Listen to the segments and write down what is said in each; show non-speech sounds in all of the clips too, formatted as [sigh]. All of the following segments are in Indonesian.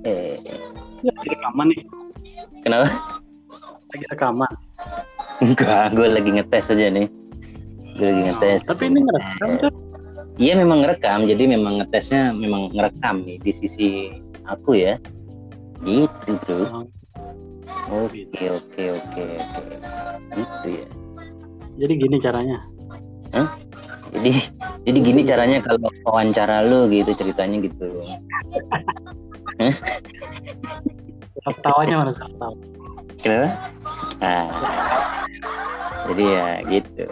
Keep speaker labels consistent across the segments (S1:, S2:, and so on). S1: Lagi rekaman nih.
S2: [laughs] Kenapa?
S1: Lagi rekaman.
S2: Enggak, gue lagi ngetes aja nih. Gue lagi
S1: Iya,
S2: ngetes.
S1: Tapi ini ngerekam tuh.
S2: Iya memang ngerekam, jadi memang ngetesnya memang ngerekam nih di sisi aku ya. Gitu bro. Oke oke oke oke. Gitu ya.
S1: Jadi gini caranya.
S2: Jadi jadi gini caranya kalau wawancara lu gitu ceritanya gitu.
S1: Gelap tawanya harus gelap tawa.
S2: Kenapa? Nah, jadi ya gitu.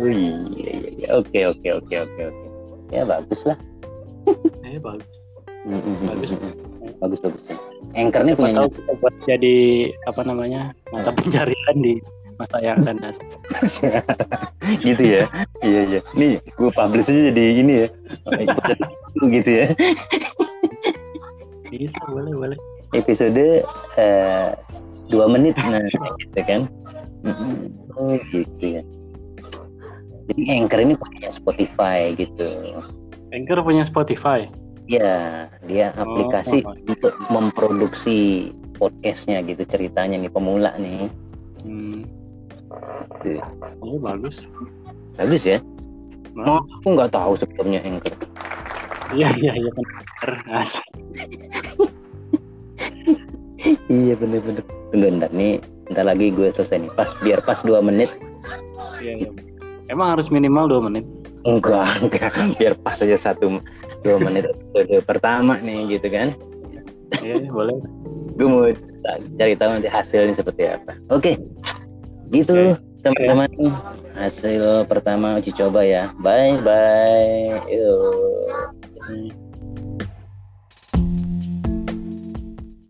S2: Wih, iya, iya, iya. oke oke oke oke oke. Ya bagus lah.
S1: Eh bagus.
S2: Bagus
S1: Bagus.
S2: bagus bagus. Anchor nih
S1: Siapa
S2: punya
S1: tahu kita buat jadi apa namanya mata pencarian di masa yang akan datang.
S2: [laughs] gitu ya. Iya iya. Nih, gue publish aja jadi ini ya. gitu ya.
S1: [laughs] Bisa boleh boleh.
S2: Episode eh, dua
S1: [laughs]
S2: menit nah gitu kan. Oh gitu ya. Jadi anchor ini punya Spotify gitu.
S1: Anchor punya Spotify.
S2: Ya, dia
S1: Oh,
S2: aplikasi
S1: oh.
S2: untuk memproduksi podcastnya gitu ceritanya nih pemula nih.
S1: Hmm.
S2: Iya.
S1: Oh bagus.
S2: Bagus ya?
S1: Nah,
S2: Aku nggak tahu sebelumnya Anchor.
S1: Iya iya iya kan. Anchor. Asik.
S2: Iya bener-bener. Tunggu ntar nih, ntar lagi gue selesai nih. Pas biar pas dua menit.
S1: Iya, iya. Emang harus minimal dua menit.
S2: Enggak, [laughs] enggak. Biar pas aja satu dua menit episode pertama nih gitu kan.
S1: Iya boleh.
S2: Gue mau ta- cari tahu nanti hasilnya seperti apa. Oke, gitu teman-teman. Hasil pertama uji coba ya. Bye bye. Yuk.